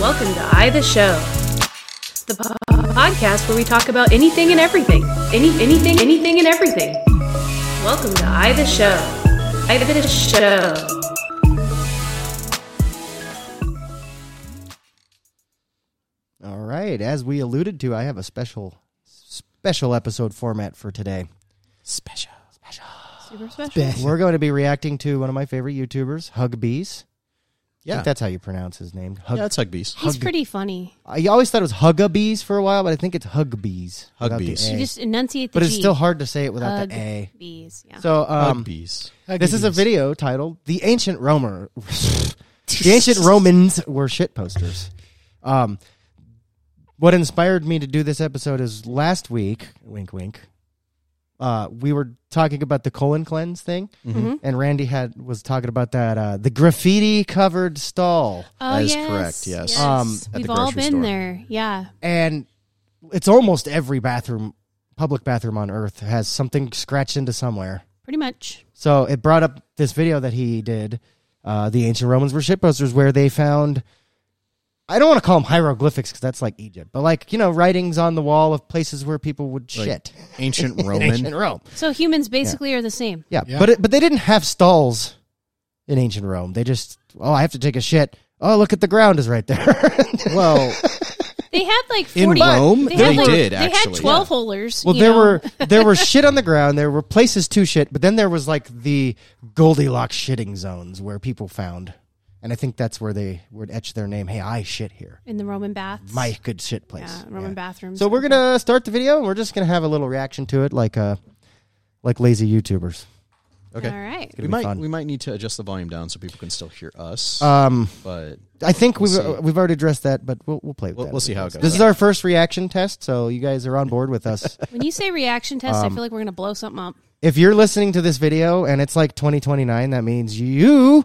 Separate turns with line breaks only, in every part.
Welcome to I the Show, the po- podcast where we talk about anything and everything, any anything, anything and everything. Welcome to I the Show, I the Show.
All right. As we alluded to, I have a special, special episode format for today.
Special. Special.
Super special.
We're going to be reacting to one of my favorite YouTubers, Hug Bees. I
Yeah.
think that's how you pronounce his name. Hug-
yeah, it's Hug Beast.
He's pretty funny.
I always thought it was Hugga Bees for a while, but I think it's Hug Bees.
Hug
without the
Bees.
A.
You just enunciate the
but it's
G.
still hard to say it without
Ugh,
the A.
Bees. Yeah.
So um,
Hug Beast.
this is a video titled "The Ancient Romer." the ancient Romans were shit posters. Um, what inspired me to do this episode is last week. Wink, wink. Uh, we were talking about the colon cleanse thing, and Randy had was talking about that uh, the graffiti covered stall,
oh,
that is
yes,
correct, yes.
Um,
at the
We've all
grocery
been
store.
there. Yeah.
and it's almost every bathroom, public bathroom on Earth has something scratched into somewhere.
Pretty much.
So it brought up this video that he did, uh, the ancient Romans were shitposters, where they found. I don't want to call them hieroglyphics because that's like Egypt, but like you know, writings on the wall of places where people would
Like
shit.
Ancient
in
Roman.
ancient Rome,
So humans basically are the same.
yeah, but it, but they didn't have stalls in ancient Rome. They just oh, I have to take a shit. Oh, look at the ground is right there.
well,
They had like
In
40.
Rome,
they,
they
had like-
did,
They
actually.
had 12 holers.
well,
you
there
know?
were there were shit on the ground. There were places to shit, but then there was like the Goldilocks shitting zones where people found, and I think that's where they would etch their name. Hey, I shit here.
in the Roman baths.
my good shit
yeah,
place.
Roman bathrooms.
So we're gonna start the video, and we're just gonna have a little reaction to it, like uh, like lazy YouTubers.
okay.
All right.
be
We might
fun.
we might need to adjust the volume down so people can still hear us.
Um,
but
I think we've
We'll
uh,
see.
we've already addressed that, but we'll we'll play with
We'll-
that.
we'll
as
see
it
how it
goes.
goes.
This is our first reaction test, so you guys are on board with us.
When you say reaction test,
Um,
I feel like we're going to blow something up.
if you're listening to this video and it's like 2029, that means you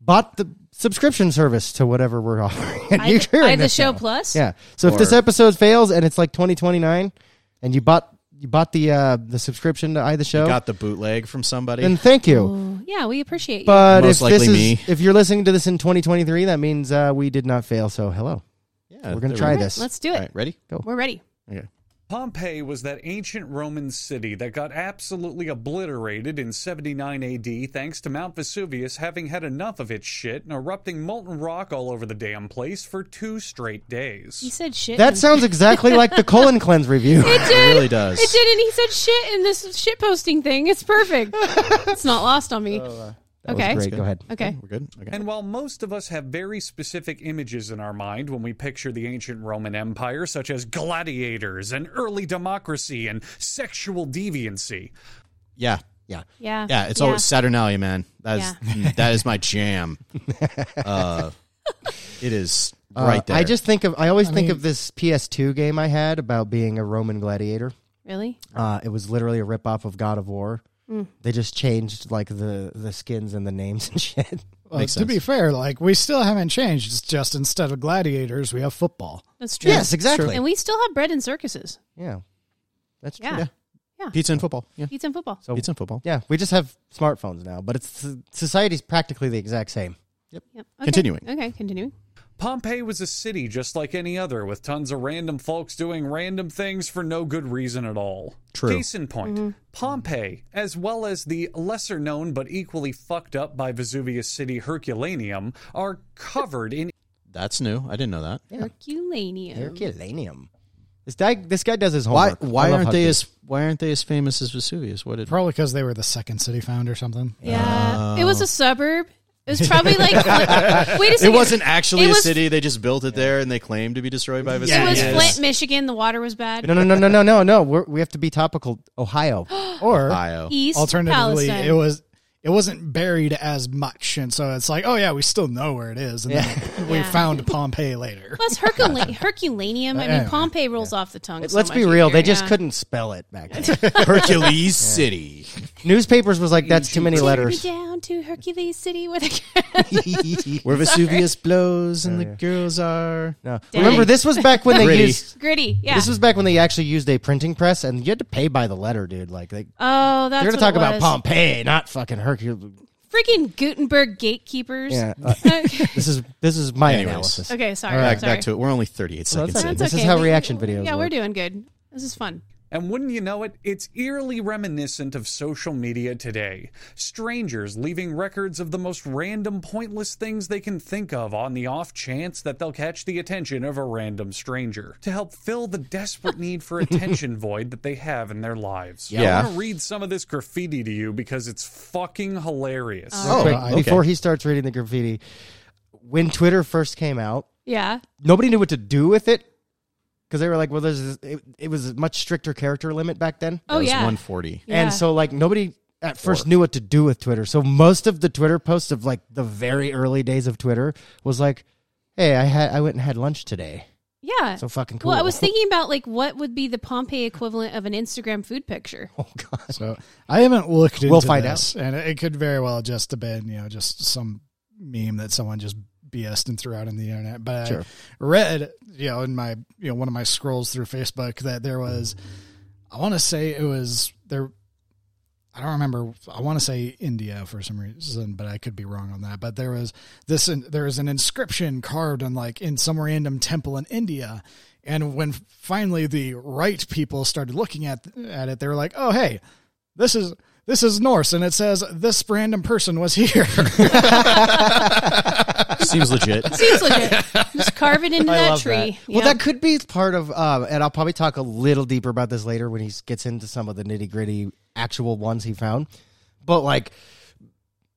bought the subscription service to whatever we're offering. And
I,
you're hearing
I the
this
show
now.
plus.
Yeah. So if this
Or-
episode fails and it's like 2029, and you bought you bought the uh, the subscription to I the show,
got the bootleg from somebody.
then thank you.
Ooh, Oh, yeah, we appreciate you.
But
Most
if this
likely
is,
me.
if you're listening to this in 2023, that means uh, we did not fail. So hello,
yeah,
we're gonna
there
try
we go.
this.
Let's do
All
it.
right, ready?
We're ready.
Okay.
Pompeii was that ancient Roman city that got absolutely obliterated in 79 AD thanks to Mount Vesuvius having had enough of its shit and erupting molten rock all over the damn place for two straight days.
He said shit.
That
and-
sounds exactly like the colon cleanse review.
It did.
really does.
It did, and he said shit in this shit posting thing. It's perfect. it's not lost on
Oh, uh,
me.
That was
okay.
great. Go ahead.
Okay.
We're good. Okay.
And while most of us have very specific images in our mind when we picture the ancient Roman Empire, such as gladiators and early democracy and sexual deviancy,
yeah.
Yeah,
Yeah.
Yeah, it's always Saturnalia, man. That's that is my jam. Uh, it is
Uh,
right there.
I just think of I always think of this PS2 game I had about being a Roman gladiator.
Really?
Uh, it was literally a ripoff of God of War.
Hmm.
They just changed like the the skins and the names and shit.
Well,
Makes
Uh, to be fair, like we still haven't changed. It's just instead of gladiators, we have football.
That's true.
yes, exactly.
And we still have bread and circuses.
yeah, that's true.
Yeah.
Yeah.
pizza and football. Yeah.
Pizza and football.
So
Pizza and football.
yeah, we just have smartphones now, but it's society's practically the exact same.
Yep. Okay.
Continuing.
Okay, continuing.
Pompeii was a city just like any other, with tons of random folks doing random things for no good reason at all.
True.
Case in point Pompeii, as well as the lesser known but equally fucked up by Vesuvius city Herculaneum, are covered in
That's new. I didn't know that.
Herculaneum.
Herculaneum. This guy, this guy does his
Why
homework. I
why
love
aren't
Hug
they
Bees.
as why aren't they as famous as Vesuvius? What did
Probably because they were the second city found or something.
yeah. It was a suburb. It was probably like wait a
Oh. It
second.
wasn't actually
It
a
was-
city. They just built it there, and they claimed to be destroyed by
It was
Vesuvius.
Flint, Michigan. The water was bad.
No, no, no, no, no, no, no. We're, we have to be topical. Ohio.
Or
Ohio.
East
alternatively,
Palestine.
it was it wasn't buried as much, and so it's like, oh yeah, we still know where it is, and then we
Yeah.
found Pompeii later.
Plus Hercula- Herculaneum. I mean,
Anyway.
Pompeii rolls off the tongue. so
Let's
much
be real.
easier.
They just
Yeah.
couldn't spell it back then.
Hercules City.
Newspapers was like, that's too many
Take
letters.
me down to Hercules City where they
Where Vesuvius blows and the girls are.
No. Remember, this was back when they
Gritty.
used.
gritty. Yeah.
This was back when they actually used a printing press, and you had to pay by the letter, dude. Like they,
oh, that's
they're
what
gonna talk
it
about
was.
Pompeii, not fucking Hercules.
Freaking Gutenberg gatekeepers.
Yeah, uh, this is this is my
Anyways.
analysis.
okay, sorry.
All right,
Back,
sorry.
back to it. We're only 38
Well,
seconds
that's
in.
all right. This is how
We-
reaction videos
Yeah,
work.
we're doing good. This is fun.
And wouldn't you know it, it's eerily reminiscent of social media today. Strangers leaving records of the most random, pointless things they can think of on the off chance that they'll catch the attention of a random stranger to help fill the desperate need for attention void that they have in their lives.
Yeah.
I want to read some of this graffiti to you because it's fucking hilarious.
Real quick,
Oh, okay.
Before he starts reading the graffiti, when Twitter first came out,
Yeah.
nobody knew what to do with it because they were like, "Well, there's this, it, it was a much stricter character limit back then."
Oh
It was
yeah.
140.
Yeah.
And so like nobody at first knew what to do with Twitter. So most of the Twitter posts of like the very early days of Twitter was like, "Hey, I had I went and had lunch today."
Yeah.
So fucking cool.
Well, I was thinking about like what would be the Pompeii equivalent of an Instagram food picture.
oh god.
So I haven't looked into
We'll find
this, and it could very well just have been you know just some meme that someone just BS'd and threw out on the internet. But
Sure.
I read you know in my you know one of my scrolls through Facebook that there was I want to say it was there. I don't remember. I want to say India for some reason, but I could be wrong on that. But there was this. There was an inscription carved on like in some random temple in India, and when finally the right people started looking at at it, they were like, "Oh, hey, this is this is Norse, and it says this random person was here."
Seems legit.
Seems legit. Just carve it into
I
that
love
tree.
That. Well,
Yeah.
that could be part of, uh, and I'll probably talk a little deeper about this later when he gets into some of the nitty gritty actual ones he found. But like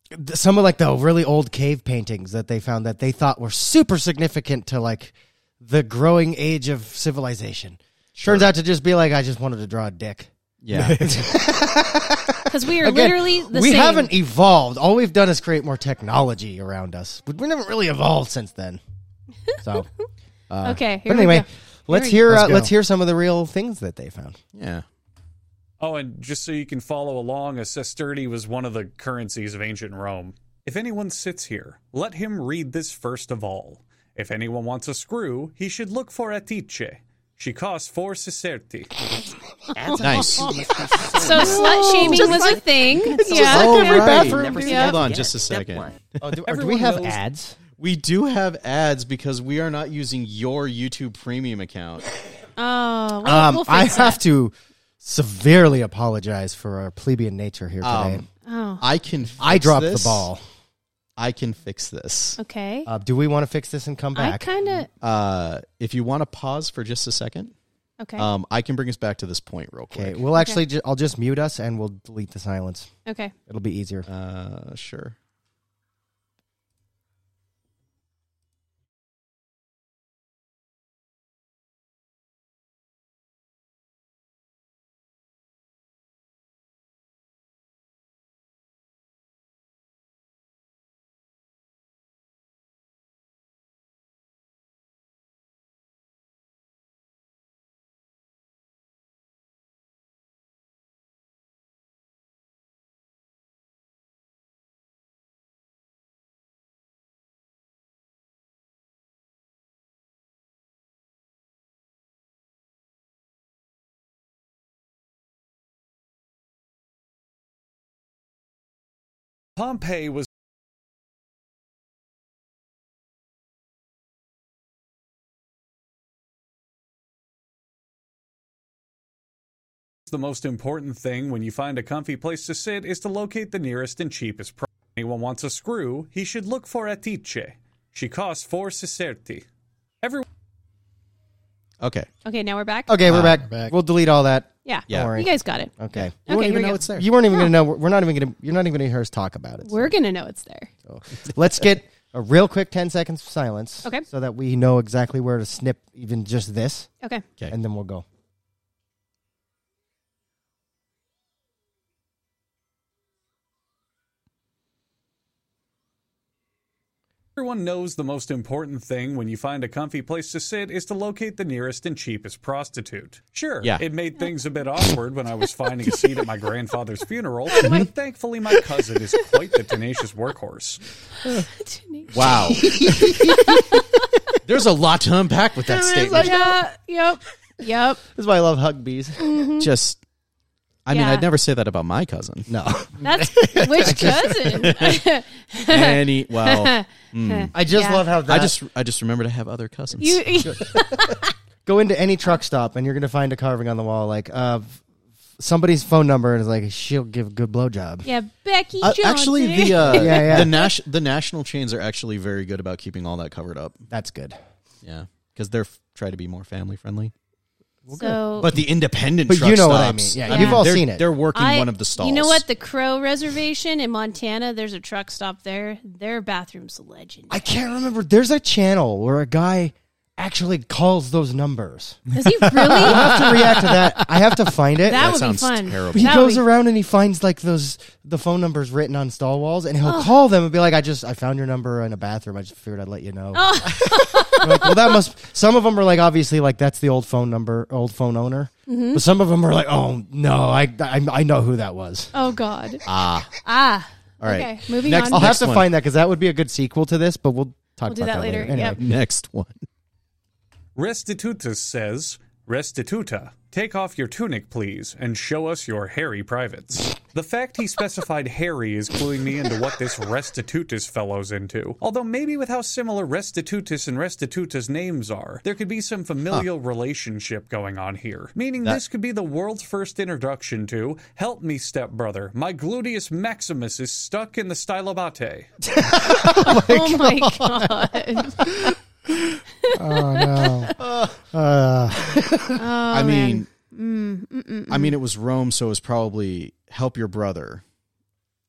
th- some of like the really old cave paintings that they found that they thought were super significant to like the growing age of civilization. Turns out to just be like I just wanted to draw a dick.
Yeah.
Because we are
Again,
literally the
we
same.
haven't evolved. All we've done is create more technology around us. We, we haven't really evolved since then. So.
okay. Here
uh, But
we
anyway,
go.
let's
we
hear
go.
uh,
Let's go.
let's hear some of the real things that they found.
Yeah.
Oh, and just so you can follow along, a sesterti was one of the currencies of ancient Rome. If anyone sits here, let him read this first of all. If anyone wants a screw, he should look for Atice. She costs four sesterti.
Nice.
So slut shaming was a thing. yeah.
Oh,
yeah.
every bathroom.
Never
dude.
seen
Yeah.
Hold
that
on
yet.
just a
Step
second.
one.
Oh, do, or do we
Everyone
have
knows-
ads?
We do have ads because we are not using your YouTube premium account.
Oh, we'll,
Um,
we'll fix
I have
that.
to severely apologize for our plebeian nature here today.
Um,
Oh,
I can fix
I dropped
this.
the ball.
I can fix this.
okay.
Uh, do we want to fix this and come
I
back?
kind of
Uh, if you want to pause for just a second,
okay.
um, I can bring us back to this point real quick.
okay, we'll actually ju- I'll just mute us and we'll delete the silence.
okay.
It'll be easier.
Uh, sure.
Pompeii was the most important thing when you find a comfy place to sit is to locate the nearest and cheapest price. Anyone wants a screw, he should look for Atice. She costs four sesterti. Everyone
Okay.
Okay. Now we're back.
okay, we're
uh,
back.
back.
We'll delete all that.
Yeah.
Yeah.
worry.
You guys got it.
Okay.
Okay.
won't
here
even
we
know
go.
it's there.
You weren't even gonna know. We're not even gonna. You're not even gonna hear us talk about it.
We're gonna know it's there.
So let's get a real quick 10 seconds of silence.
Okay.
So that we know exactly where to snip even just this,
Okay.
Okay.
and then we'll go.
Everyone knows the most important thing when you find a comfy place to sit is to locate the nearest and cheapest prostitute. Sure,
Yeah.
it made things a bit awkward when I was finding a seat at my grandfather's funeral, but thankfully my cousin is quite the tenacious workhorse.
Wow. There's a lot to unpack with that statement.
yeah. Yep. Yep.
This is why I love hug bees.
Just I mean,
mm-hmm. Yeah.
I'd never say that about my cousin.
No,
That's which cousin?
Any well,
I just
Yeah.
love how that.
I just I just remembered I have other cousins.
you,
go into any truck stop and you're gonna find a carving on the wall like uh, f- somebody's phone number and it's like she'll give a good blowjob.
yeah, Becky eh?
Uh,
Johnson.
actually, the uh,
Yeah, yeah.
the nas- the national chains are actually very good about keeping all that covered up.
That's good.
Yeah, because they're f- try to be more family friendly.
so
But the independent,
But
truck
you know what I
stops,
mean. Yeah,
Yeah. you've
all
they're-
seen it.
They're working
I-
one of the stalls.
You know what? The Crow Reservation in Montana. There's a truck stop there. Their bathrooms legendary.
I can't remember. There's a channel where a guy actually calls those numbers.
Is he really?
I have to react to that. I have to find it.
That, would
sounds
be fun.
terrible.
But he
That would
goes
be-
around and he finds like those the phone numbers written on stall walls, and
Oh.
he'll call them and be like, "I just I found your number in a bathroom. I just figured I'd let you know."
Oh.
You're like, well, that must. Some of them are like obviously like that's the old phone number, old phone owner.
Mm-hmm.
But some of them are like, "Oh no, I I, I know who that was."
Oh God.
Ah,
Ah.
all right.
Okay. Moving
Next-
I'll
on.
have to
one.
find that because that would be a good sequel to this. But we'll talk
We'll do
about
that later.
Anyway,
Yep.
Next one.
Restituta says, Restituta, take off your tunic, please, and show us your hairy privates. The fact he specified hairy is cluing me into what this Restitutus fellow's into. Although, maybe with how similar Restitutus and Restituta's names are, there could be some familial relationship going on here. Meaning,
That-
this could be the world's first introduction to Help me, stepbrother. My gluteus maximus is stuck in the stylobate.
Oh my God.
I mean, Oh, I mean, it was Rome, so it was probably help your brother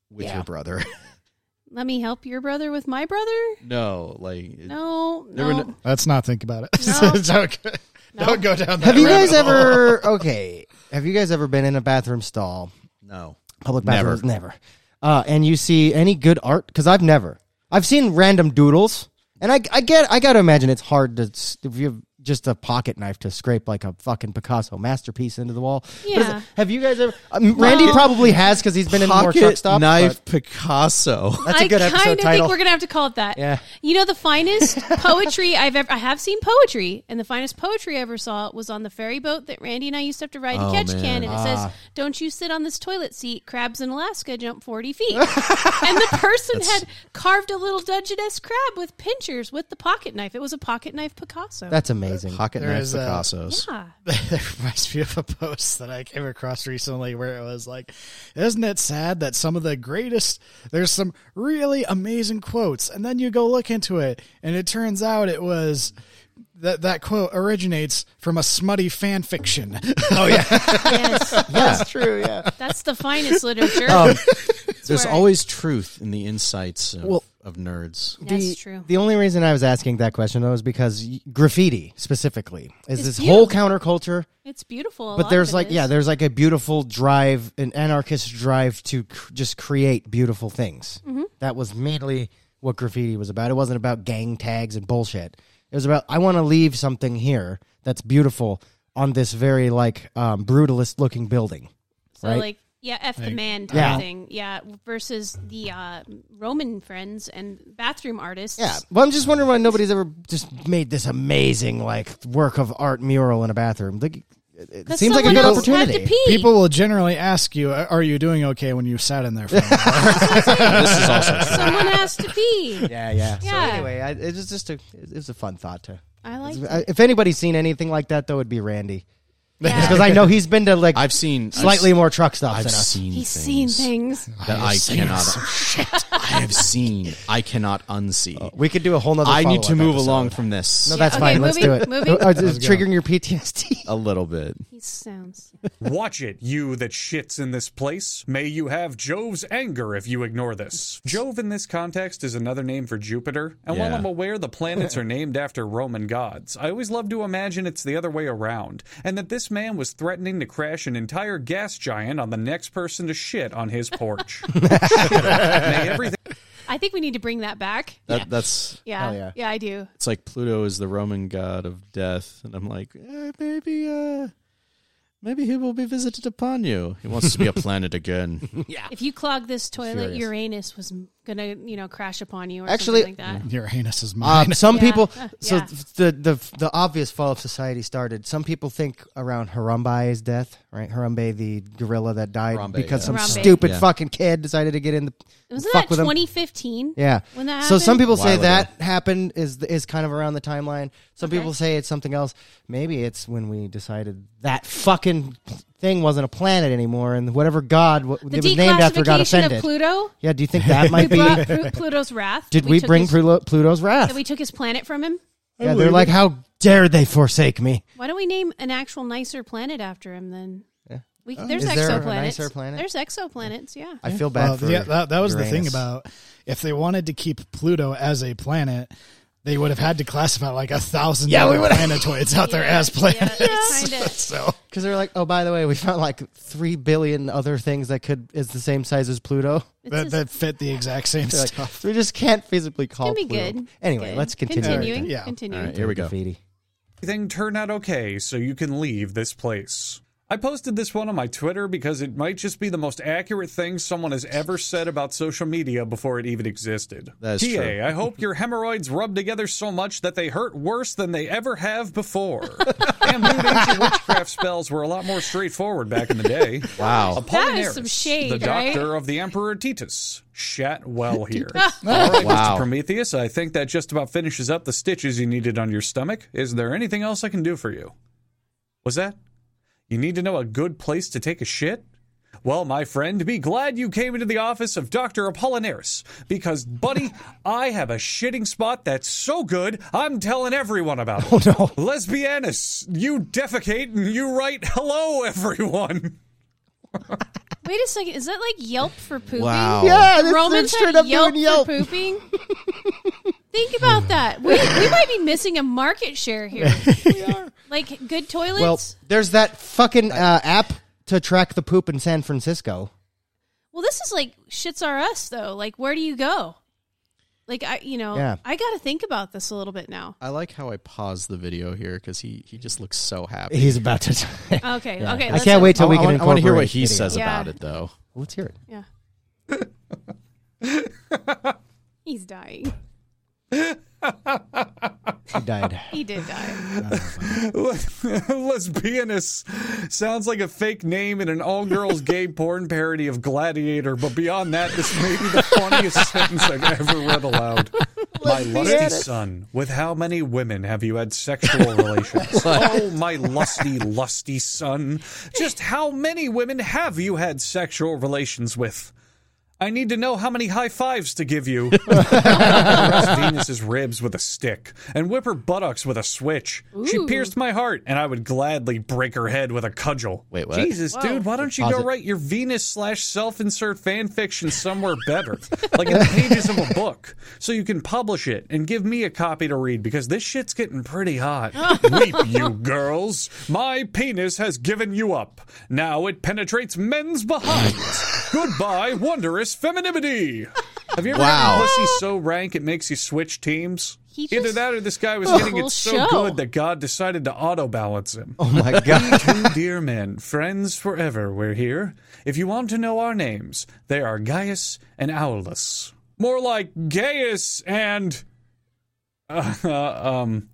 with your brother.
Let me help your brother with my brother.
no, like
No.
There
No.
were
No.
no-
Let's not think about it.
No.
don't, go- don't go down that
Have you guys
rabbit hole.
ever okay? Have you guys ever been in a bathroom stall
no.
public
Never.
bathrooms never, Uh, and you see any good art because i've never i've seen random doodles and I, I get i gotta imagine it's hard to s- if you have just a pocket knife to scrape like a fucking picasso masterpiece into the wall But is it-
Yeah.
have you guys ever um, randy probably has because he's been in more truck
Pocket
stops
knife Picasso.
but that's a good
I
episode
kind of
title
think we're gonna have to call it that.
Yeah.
You know, the finest poetry I've ever I have seen poetry, and the finest poetry I ever saw was on the ferry boat that Randy and I used to have to ride to
Oh,
Ketchikan,
man.
and it
Ah.
says, "Don't you sit on this toilet seat? Crabs in Alaska jump forty feet." and the person had carved a little Dungeness crab with pincers with the pocket knife. It was a pocket knife Picasso.
that's amazing
Pocket
There
knife
is uh, a-
Picassos.
Ah.
that reminds me of a post that I came across recently where it was like, isn't it sad that some of the greatest, there's some really amazing quotes, and then you go look into it, and it turns out it was. That, that quote originates from a smutty fan fiction. Oh yeah,
yes,
that's true yeah
that's the finest literature.
Um,
There's
where-
always truth in the insights of,
Well-
of nerds.
That's
the,
true.
The only reason I was asking that question though is because y- graffiti specifically is
It's
this whole
beautiful.
counterculture
it's beautiful. A lot
but
of
there's
it
like yeah
is.
there's like a beautiful drive an anarchist drive to cr- just create beautiful things
Mm-hmm.
that was mainly what graffiti was about it wasn't about gang tags and bullshit it was about i want to leave something here that's beautiful on this very like um, brutalist looking building
So
right?
like yeah, F the man type
Yeah.
thing. Yeah. Versus the uh, Roman friends and bathroom artists.
yeah well i'm just wondering why nobody's ever just made this amazing like work of art mural in a bathroom like, it- it
Because
seems like a
someone
good
else had
opportunity
to pee.
people will generally ask you, "Are you doing okay?" When you sat in there for a while.
this is also true.
Someone has to pee.
yeah yeah so
Yeah.
anyway I, it was just a it was a fun thought to
I like that.
I- if anybody's seen anything like that though it'd be randy
Yeah.
because I know he's been to like
I've seen I've
slightly
s-
more truck stops
I've
than us.
seen
He's
things
seen things.
that I cannot. I have seen. I cannot unsee.
We could do a whole nother.
I need to
follow-up
move
Uh, episode.
along from this
No, that's
Okay,
fine. Let's do
moving-
it.
moving.
Oh, it's triggering your PTSD.
a little bit.
He sounds.
Watch it, you that shits in this place. May you have Jove's anger if you ignore this. Jove in this context is another name for Jupiter, and while
Yeah.
I'm aware the planets are named after Roman gods, I always love to imagine it's the other way around, and that this man was threatening to crash an entire gas giant on the next person to shit on his porch. May everything
I think we need to bring that back.
That, That's
Yeah.
Hell
yeah.
yeah.
I do.
it's like Pluto is the Roman god of death, and I'm like, eh, maybe, uh, maybe he will be visited upon you. He wants to be a planet again.
If you clog this toilet,
Furious.
Uranus was m- gonna you know crash upon you or
Actually-
something like that.
Your anus is
Uh,
mine.
some
Yeah.
people, so
Yeah.
the, the the obvious fall of society started. Some people think around Harambe's death, right? Harambe, the gorilla that died
Harambe,
because
yeah.
some
Harambe.
stupid
Yeah.
fucking kid decided to get in the
Wasn't
fuck
that
with him.
2015?
Yeah.
When that
so some
happened?
people
While
say
ago.
that happened is is kind of around the timeline. Some
Okay.
people say it's something else. Maybe it's when we decided that fucking thing wasn't a planet anymore, and whatever god what,
The
it was named after got
declassification
offended.
of Pluto.
yeah, do you think that
We
might be?
brought Plu- Pluto's wrath.
Did we,
took
bring
his,
Pluto, Pluto's wrath?
that we took his planet from him?
yeah, they're like, how dare they forsake me?
Why don't we name an actual nicer planet after him then?
Yeah. Oh.
We, there's
Is there a
exoplanets.
nicer planet?
There's exoplanets. Yeah.
I feel bad
Well,
for
yeah, that, that was the thing
Uranus.
about if they wanted to keep Pluto as a planet, they would have had to classify like a thousand
Yeah, we
other
would've-
planetoids out there as planets.
kinda.
so
because they're like, oh, by the way, we found like three billion other things that could is the same size as Pluto.
It's
that,
just-
that fit the exact same
They're like,
stuff.
we just can't physically call.
Can be
Pluto.
good.
Anyway,
Good.
let's continue.
Continuing.
Yeah.
Continuing.
All right, here we go.
Graffiti.
everything turn out okay so you can leave this place. I posted this one on my Twitter because it might just be the most accurate thing someone has ever said about social media before it even existed.
That is
TA,
true.
I hope your hemorrhoids rub together so much that they hurt worse than they ever have before. and mood ancient witchcraft spells were a lot more straightforward back in the day.
Wow.
Apollinaris,
some shade,
the
right?
doctor of the Emperor Titus, shat well here. All right,
Wow.
Mr. Prometheus, I think that just about finishes up the stitches you needed on your stomach. Is there anything else I can do for you? Was that? You need to know a good place to take a shit? Well, my friend, be glad you came into the office of Dr. Apollinaris, because, buddy, I have a shitting spot that's so good, I'm telling everyone about it.
Oh no.
Lesbianus, you defecate and you write hello, everyone.
Wait a second. Is that like Yelp for pooping?
Wow.
Yeah, that's
Romans
straight
had
up
Yelp,
doing Yelp.
for pooping. Think about that. We, we might be missing a market share here. we are. Like good toilets.
Well,
Well,
there's that fucking uh, app to track the poop in San Francisco.
this is like shits are us though. Like where do you go? Like I, you know,
Yeah.
I got to think about this a little bit now.
I like how I paused the video here because he, he just looks so happy.
He's about to.
Okay,
Yeah.
okay.
I
let's-
can't wait till we
I,
can
want, I want to hear what
incorporate
he
video.
says
Yeah.
about it, though.
Let's hear it.
Yeah. He's dying.
He died.
He did die.
Lesbianus sounds like a fake name in an all girls gay porn parody of Gladiator, but beyond that, this may be the funniest sentence I've ever read aloud. My lusty son, with how many women have you had sexual relations? oh, my lusty, lusty son, just how many women have you had sexual relations with? I need to know how many high fives to give you. Press Venus's ribs with a stick and whip her buttocks with a switch. She pierced my heart, and I would gladly break her head with a cudgel.
Wait, what?
Jesus, dude, why don't you go
Pause it.
write your Venus slash self-insert fan fiction somewhere better, like in the pages of a book, so you can publish it and give me a copy to read because this shit's getting pretty hot. Weep, you girls! My penis has given you up. Now it penetrates men's behinds. Goodbye, wondrous femininity. Have you ever
Wow.
had pussy so rank it makes you switch teams?
He
Either
just-
that or this guy was
The
getting
whole
it so
show.
good that God decided to auto balance him.
Oh my
We
god.
two dear men, friends forever, we're here. If you want to know our names, they are Gaius and Aulus. More like Gaius and. Uh, um,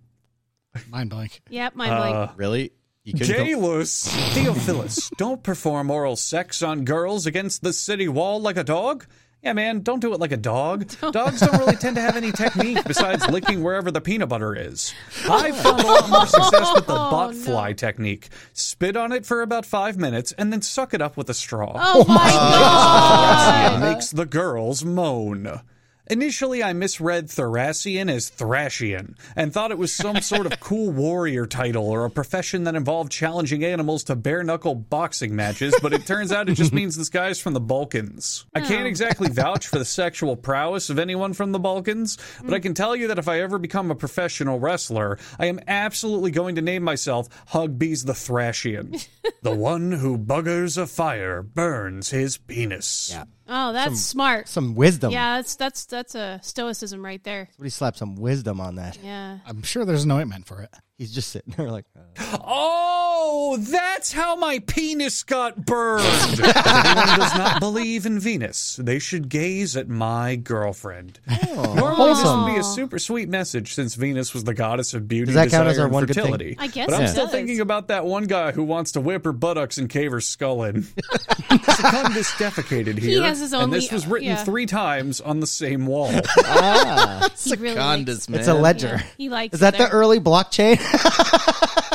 Mind blank.
Yep, my blank.
Really? You couldn't go-
Galus Theophilus. Don't perform oral sex on girls against the city wall like a dog. Yeah, man, don't do it like a dog. Dogs don't really tend to have any technique besides licking wherever the peanut butter is. I found a lot more success with the butt fly technique. Spit on it for about five minutes and then suck it up with a straw.
Oh, my god!
It makes the girls moan. Initially, I misread Thracian as Thrashian and thought it was some sort of cool warrior title or a profession that involved challenging animals to bare knuckle boxing matches, but it turns out it just means this guy's from the Balkans. I can't exactly vouch for the sexual prowess of anyone from the Balkans, but I can tell you that if I ever become a professional wrestler, I am absolutely going to name myself Hugbees the Thrashian. the one who buggers a fire burns his penis.
Oh, that's smart.
Some wisdom.
Yeah, that's that's that's a stoicism right there.
Somebody slapped some wisdom on that.
Yeah.
I'm sure there's an ointment for it.
He's just sitting there like, uh,
Oh, that's how my penis got burned. if anyone does not believe in Venus, they should gaze at my girlfriend.
Oh.
Normally, this would be a super sweet message since Venus was the goddess of beauty,
Does that count
desire,
as our
and
one good thing?
fertility.
I guess
But I'm
it
still
does.
thinking about that one guy who wants to whip her buttocks and cave her skull in. Secundus defecated here.
has his
and
only- uh,
this was written
yeah.
three times on the same wall.
He really likes,
Condas, man.
it's a ledger.
yeah, he likes
Is that
it
the
there.
early blockchain?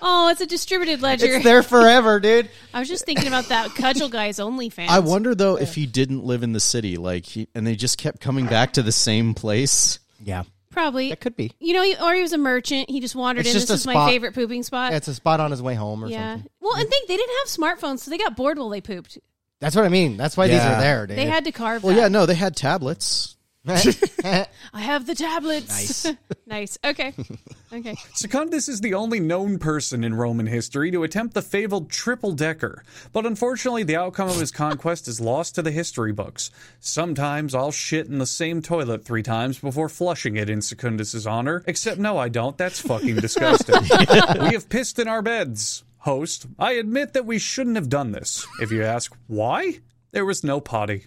Oh, it's a distributed ledger.
it's there forever, dude.
I was just thinking about that cudgel guy's OnlyFans.
I wonder though if he didn't live in the city, like, he, and they just kept coming back to the same place.
Yeah,
probably
that could be.
You know, he- or he was a merchant. He just wandered
It's
in.
just
this
a
is my
spot.
favorite pooping spot.
Yeah, it's a spot on his way home or
yeah.
something.
Well, and think they didn't have smartphones, so they got bored while they pooped.
That's what I mean. That's why these
Yeah.
are there, dude.
They had to carve.
Well,
that.
yeah, no, they had tablets.
I have the tablets. Nice. nice. Okay. Okay.
Secundus is the only known person in Roman history to attempt the fabled triple decker, but unfortunately, the outcome of his conquest is lost to the history books. Sometimes I'll shit in the same toilet three times before flushing it in Secundus's honor, except no, I don't. That's fucking disgusting. we have pissed in our beds. Host, I admit that we shouldn't have done this. If you ask why, there was no potty.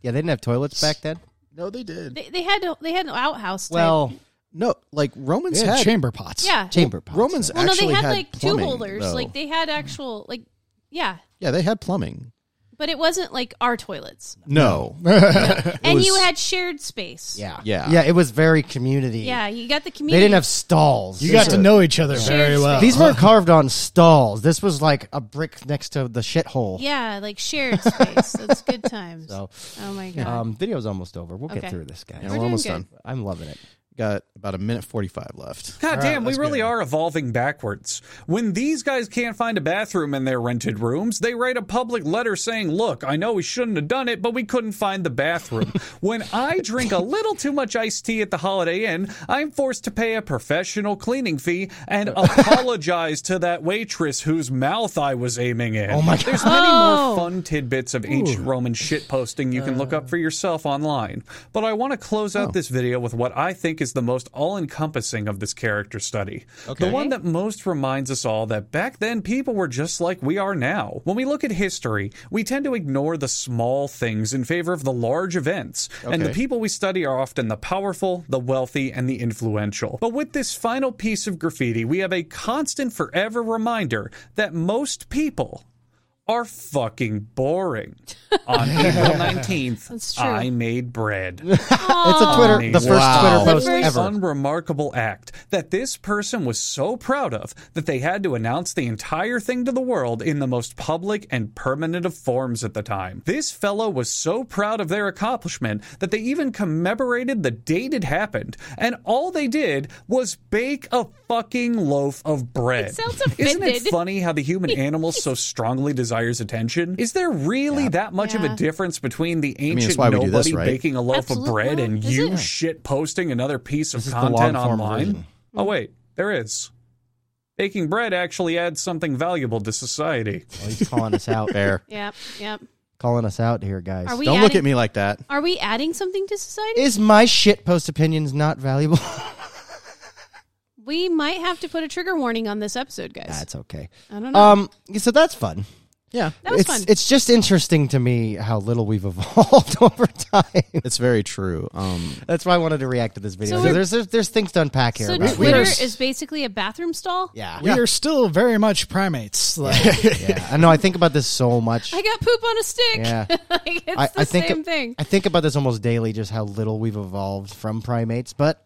yeah, they didn't have toilets back then.
No, they did.
They, they had to, they had an outhouse. Type.
Well,
No, like Romans
They had
had
chamber pots.
yeah.
chamber pots.
Romans
Well, no,
actually
they had,
had,
like
plumbing,
two holders.
though.
Like they had actual like yeah,
yeah, they had plumbing.
but it wasn't like our toilets.
No,
and you
was-
had shared space.
yeah,
Yeah.
yeah. It was very community.
Yeah, you got the community.
they didn't have stalls.
You got
So-
to know each other very well.
These weren't carved on stalls. This was like a brick next to the shithole.
Yeah, like shared space. That's good times.
So,
oh my god.
um, video's almost over. We'll
Okay.
get through this, guys.
yeah,
doing
we're almost
good.
done.
I'm loving it.
Got about a minute forty-five left.
God damn, we really are evolving backwards. When these guys can't find a bathroom in their rented rooms, they write a public letter saying, Look, I know we shouldn't have done it, but we couldn't find the bathroom. when I drink a little too much iced tea at the Holiday Inn, I'm forced to pay a professional cleaning fee and apologize to that waitress whose mouth I was aiming at. Oh
my
There's many
Oh.
more fun tidbits of ancient Roman shit posting you can look up for yourself online. But I want to close out this video with what I think is the most all encompassing of this character study. The one that most reminds us all that back then people were just like we are now. When we look at history, we tend to ignore the small things in favor of the large events. And the
Okay.
people we study are often the powerful, the wealthy, and the influential. But with this final piece of graffiti, we have a constant forever reminder that most people are fucking boring. On April 19th,
true.
I made bread.
It's a Twitter, the first
Wow.
Twitter
The
post
first-
ever.
Unremarkable act that this person was so proud of that they had to announce the entire thing to the world in the most public and permanent of forms at the time. This fellow was so proud of their accomplishment that they even commemorated the date it happened, and all they did was bake a fucking loaf of bread.
It sounds
Isn't it
offended.
funny how the human animal so strongly desires attention? Is there really that much of
Yeah.
a difference between the ancient
that's why we
nobody
do this, right?
baking a loaf
Absolute-
of bread
well,
and
is
you
it?
shit posting another piece of
This is the
content
long-form
online?
version.
Oh, wait, there is. Baking bread actually adds something valuable to society.
Oh, he's calling us out.
Fair.
Yep, yep.
Calling us out here, guys.
Are we
Don't
adding,
look at me like that.
Are we adding something to society?
Is my shit post opinions not valuable?
we might have to put a trigger warning on this episode, guys.
That's okay.
I don't know.
Um, so that's fun.
Yeah,
that was
it's,
fun.
It's just interesting to me how little we've evolved over time.
it's very true. Um,
That's why I wanted to react to this video.
So
So
we're-
there's, there's there's things to unpack here.
so
about-
Twitter
we are-
is basically a bathroom stall.
yeah,
We are still very much primates. Like,
yeah. I know. I think about this so much.
I got poop on a stick.
Yeah.
like, it's
I,
the
I think
same thing.
I think about this almost daily, just how little we've evolved from primates. But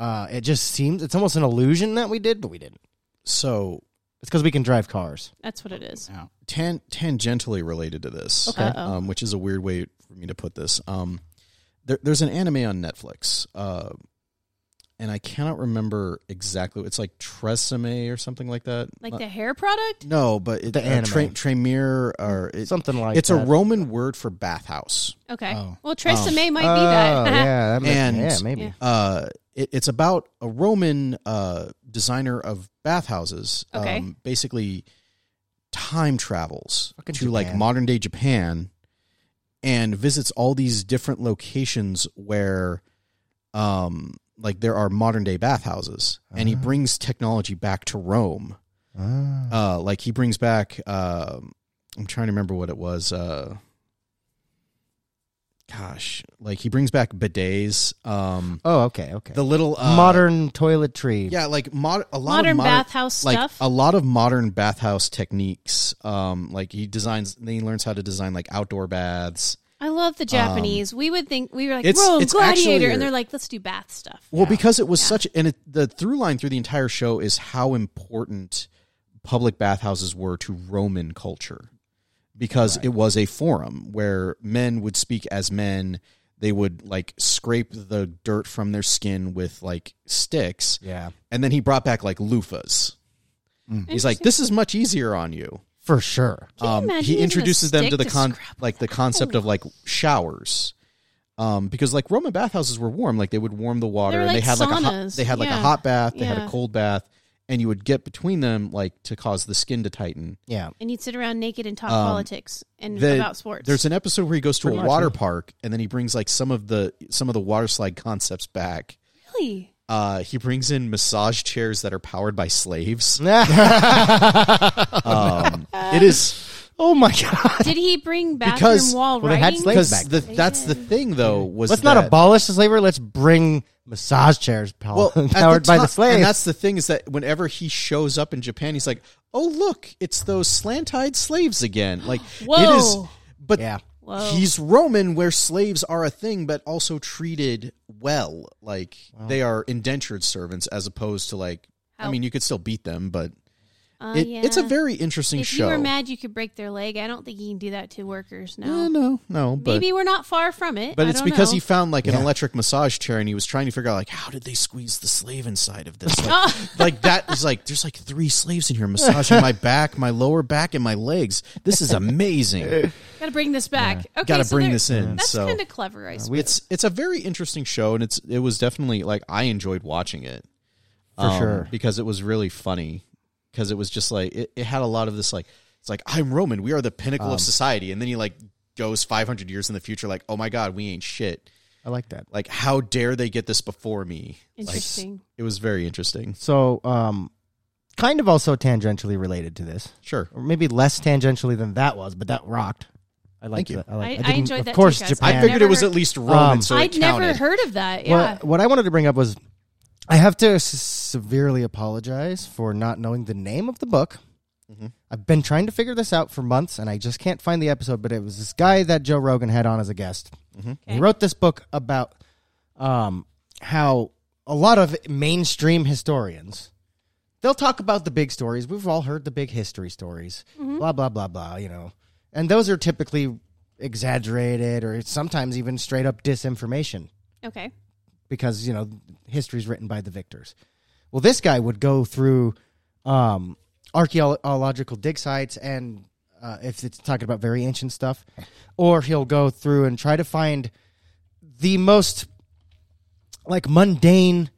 uh, it just seems it's almost an illusion that we did, but we didn't.
so
It's because we can drive cars.
That's what it is.
tan- tangentially related to this, okay. um, which is a weird way for me to put this. Um, there, there's an anime on Netflix, uh, and I cannot remember exactly. It's like Tresemme or something like that.
Like
Not-
the hair product?
no, but it,
The anime.
Tre- Tremere or it,
Something like
it's a
that.
Roman word for bathhouse.
Okay.
Oh.
Well, Tresemme might
oh,
be that.
yeah, that makes,
And-
yeah, maybe.
Yeah.
Uh, it, it's about a Roman uh, designer of bathhouses. um,
Okay.
basically, time travels
Fucking
to like
Japan.
modern day Japan, and visits all these different locations where, um, like there are modern day bathhouses, and he brings technology back to Rome. Uh, like he brings back, um I'm trying to remember what it was. Uh, gosh, like he brings back bidets, um,
Oh, okay, okay.
the little uh,
modern toiletry.
yeah, like mod- a lot of
Modern
modern
bathhouse
like
stuff.
a lot of modern bathhouse techniques. Um, like he designs, then he learns how to design like outdoor baths.
I love the Japanese. we would think we were like
Um, it's-
Rome
it's
gladiator,
actually-
and they're like, let's do bath stuff.
Well, because it was such, and it, the through line through the entire show is how important public bathhouses were to Roman culture, because it was a forum where men would speak as men. They would like scrape the dirt from their skin with like sticks,
Yeah.
and then he brought back like loofahs. He's like, "This is much easier on you."
for sure.
you
um,
imagine
he
using a
introduces them to
stick
the
to
con
scrub
like the concept of like showers um, because like roman bathhouses were warm like they would warm the water
They were
and they
like
had like a hot,
saunas.
they had like a
Yeah.
hot bath they had a
Yeah.
cold bath and you would get between them like to cause the skin to tighten
Yeah.
And you'd sit around naked and talk politics and
Um, the-
Mm, about sports.
there's an episode where he goes to
Pretty
a
much,
water
yeah.
park and then he brings like some of the some of the water slide concepts back
really
uh, he brings in massage chairs that are powered by slaves um,
Mm.
it is
oh my god.
did he bring bathroom
Because-
wall
Well, they
writing?
had slaves
because
back
the, that's the thing though was
Let's not
that-
abolish slavery. Let's bring massage chairs pow-
well, at
powered by
ti-
the slaves.
And that's the thing is that whenever he shows up in Japan, he's like, "Oh look, it's those slant-eyed slaves again." Like it is,
Whoa.
but
Yeah.
Whoa.
he's Roman, where slaves are a thing, but also treated well. Like they are indentured servants, as opposed to like, I
How-
mean, you could still beat them, but
Uh,
it, it's a
yeah.
very interesting
If
show.
you were mad, you could break their leg. I don't think you can do that to workers now.
Eh, no, no, but.
Maybe we're not far from it.
but
I
it's
don't
because
know.
he found like an electric massage chair and he was trying to figure out like how did they squeeze the slave inside of this like, like that is like there's like three slaves in here massaging my back my lower back and my legs this is amazing
got to bring this back. Okay,
gotta
so
bring
there-
this in
That's
so
kind of clever, I suppose.
it's it's a very interesting show and it's it was definitely like i enjoyed watching it Um,
For sure.
because it was really funny because it was just like it, it had a lot of this like it's like i'm roman we are the pinnacle
Um,
of society and then he like goes 500 years in the future like oh my god we ain't shit
I like that.
like how dare they get this before me Like,
Interesting.
it was very interesting
So, um, kind of also tangentially related to this,
sure
or maybe less tangentially than that was, but that rocked. I like
Thank you.
that. I, like,
I- I
didn't-
enjoyed
of
that too,
course,
guys. I
Japan.
i figured it
never
was
heard-
at least roman
Um,
so it
I'd
counted.
never heard of that.
Well,
Yeah.
what I wanted to bring up was I have to s- severely apologize for not knowing the name of the book. I've been trying to figure this out for months and I just can't find the episode, but it was this guy that Joe Rogan had on as a guest. He
Okay.
wrote this book about um, how a lot of mainstream historians they'll talk about the big stories. We've all heard the big history stories,
Mm-hmm.
blah blah blah blah. You know, and those are typically exaggerated or sometimes even straight up disinformation
okay.
because you know history's written by the victors. Well, this guy would go through um, archaeological dig sites, and uh, if it's talking about very ancient stuff, or he'll go through and try to find the most like mundane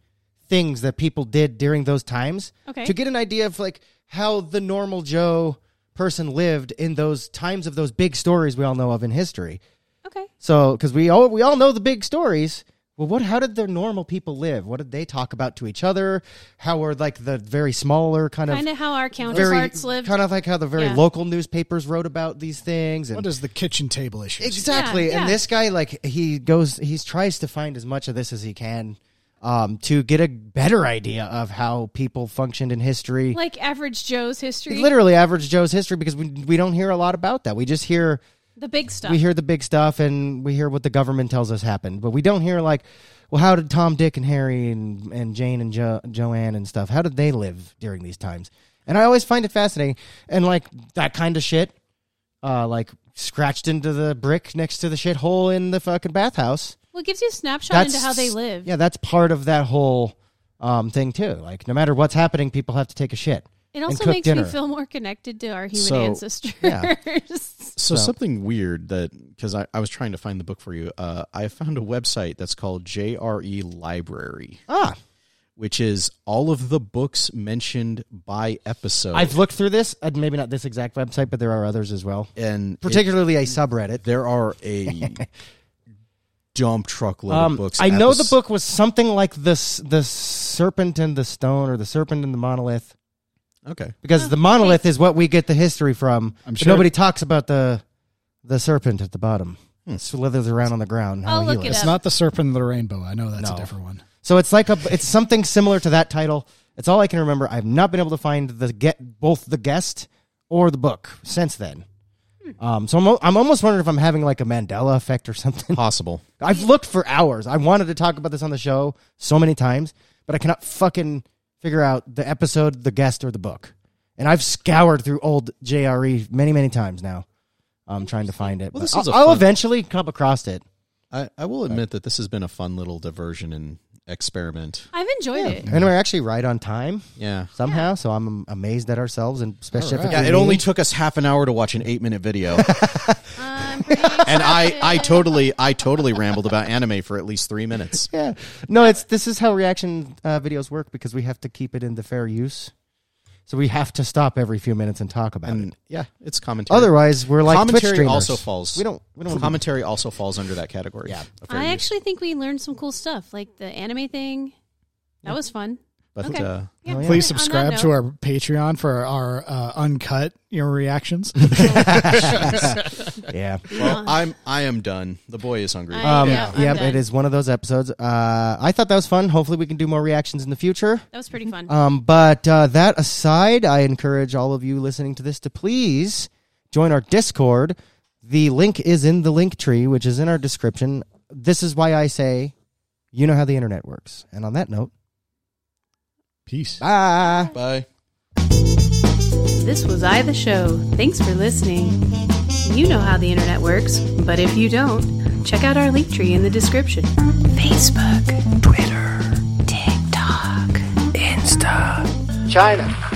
things that people did during those times
Okay.
to get an idea of like how the normal Joe person lived in those times of those big stories we all know of in history.
Okay.
So, because we all we all know the big stories. Well, what? How did the normal people live? What did they talk about to each other? How were like the very smaller kind of
Kind of how our
very
counterparts lived.
kind of like how the very
Yeah.
local newspapers wrote about these things and
What is the kitchen table issue?
exactly.
Yeah,
And
yeah.
this guy like he goes he tries to find as much of this as he can um, to get a better idea of how people functioned in history.
like average Joe's history.
Literally, average Joe's history because we we don't hear a lot about that. We just hear
the big stuff.
we hear the big stuff and we hear what the government tells us happened, but we don't hear like, well, how did Tom, Dick, and Harry and, and Jane and jo- Joanne and stuff? How did they live during these times? And I always find it fascinating. And like that kind of shit, uh, like scratched into the brick next to the shithole in the fucking bathhouse.
well, it gives you a snapshot
That's
into how they lived.
Yeah, that's part of that whole um, thing too. Like no matter what's happening, people have to take a shit.
It
and
also
cook
makes
dinner.
me feel more connected to our human
So,
ancestors.
yeah. so, something weird that because I, I was trying to find the book for you uh, i found a website that's called jre library
ah.
which is all of the books mentioned by episode
I've looked through this, uh, maybe not this exact website, but there are others as well.
and it-
Particularly a subreddit.
there are a dump truckload
Um,
of books.
I know
Epis-
the book was something like this: the Serpent and the Stone, or the Serpent and the Monolith,
Okay.
because
Oh,
the monolith is what we get the history from.
I'm
but
sure-
nobody talks about the the serpent at the bottom. Slithers around on the ground. how
I'll
he
look
lives.
it
It's
up.
not the Serpent of the Rainbow. I know that's
No.
a different one.
So it's like a it's something similar to that title. It's all I can remember. I've not been able to find the get both the guest or the book since then.
Hmm.
Um, so I'm al- I'm almost wondering if I'm having like a Mandela effect or something.
Possible.
I've looked for hours. I wanted to talk about this on the show so many times, but I cannot fucking figure out the episode, the guest, or the book. And I've scoured through old JRE many many times now. I'm trying to find it. but
Well, this is a
I'll, I'll
fun-
eventually come across it.
I, I will admit that this has been a fun little diversion and experiment.
I've enjoyed it.
And we're actually right on time.
Yeah.
somehow. So I'm amazed at ourselves and specifically.
Yeah, it only took us half an hour to watch an eight minute video.
I'm pretty
and I, I totally I totally rambled about anime for at least three minutes.
yeah. No, it's this is how reaction uh, videos work because we have to keep it in the fair use. So we have to stop every few minutes and talk about it.
And yeah, it's commentary.
Otherwise, we're like Twitch
commentary
streamers.
also falls.
We don't. We don't. wanna be-
commentary also falls under that category. Yeah.
I actually think we learned some cool stuff, like the anime thing. That was fun.
But
okay.
uh,
Yeah.
Oh, yeah.
Please
On that
subscribe to
note-
our Patreon for our uh, uncut you know, reactions.
yeah.
well, I'm I am done. The boy is hungry.
I-
Um,
Yeah, I'm
yep,
done.
it is one of those episodes. Uh, I thought that was fun. Hopefully, we can do more reactions in the future.
That was pretty fun.
Um, but uh, that aside, I encourage all of you listening to this to please join our Discord. The link is in the link tree, which is in our description. This is why I say, you know how the internet works. And on that note,
Peace.
bye.
Bye.
This was I the Show. Thanks for listening. You know how the internet works, but if you don't, check out our link tree in the description. Facebook, Twitter, TikTok, Insta, China,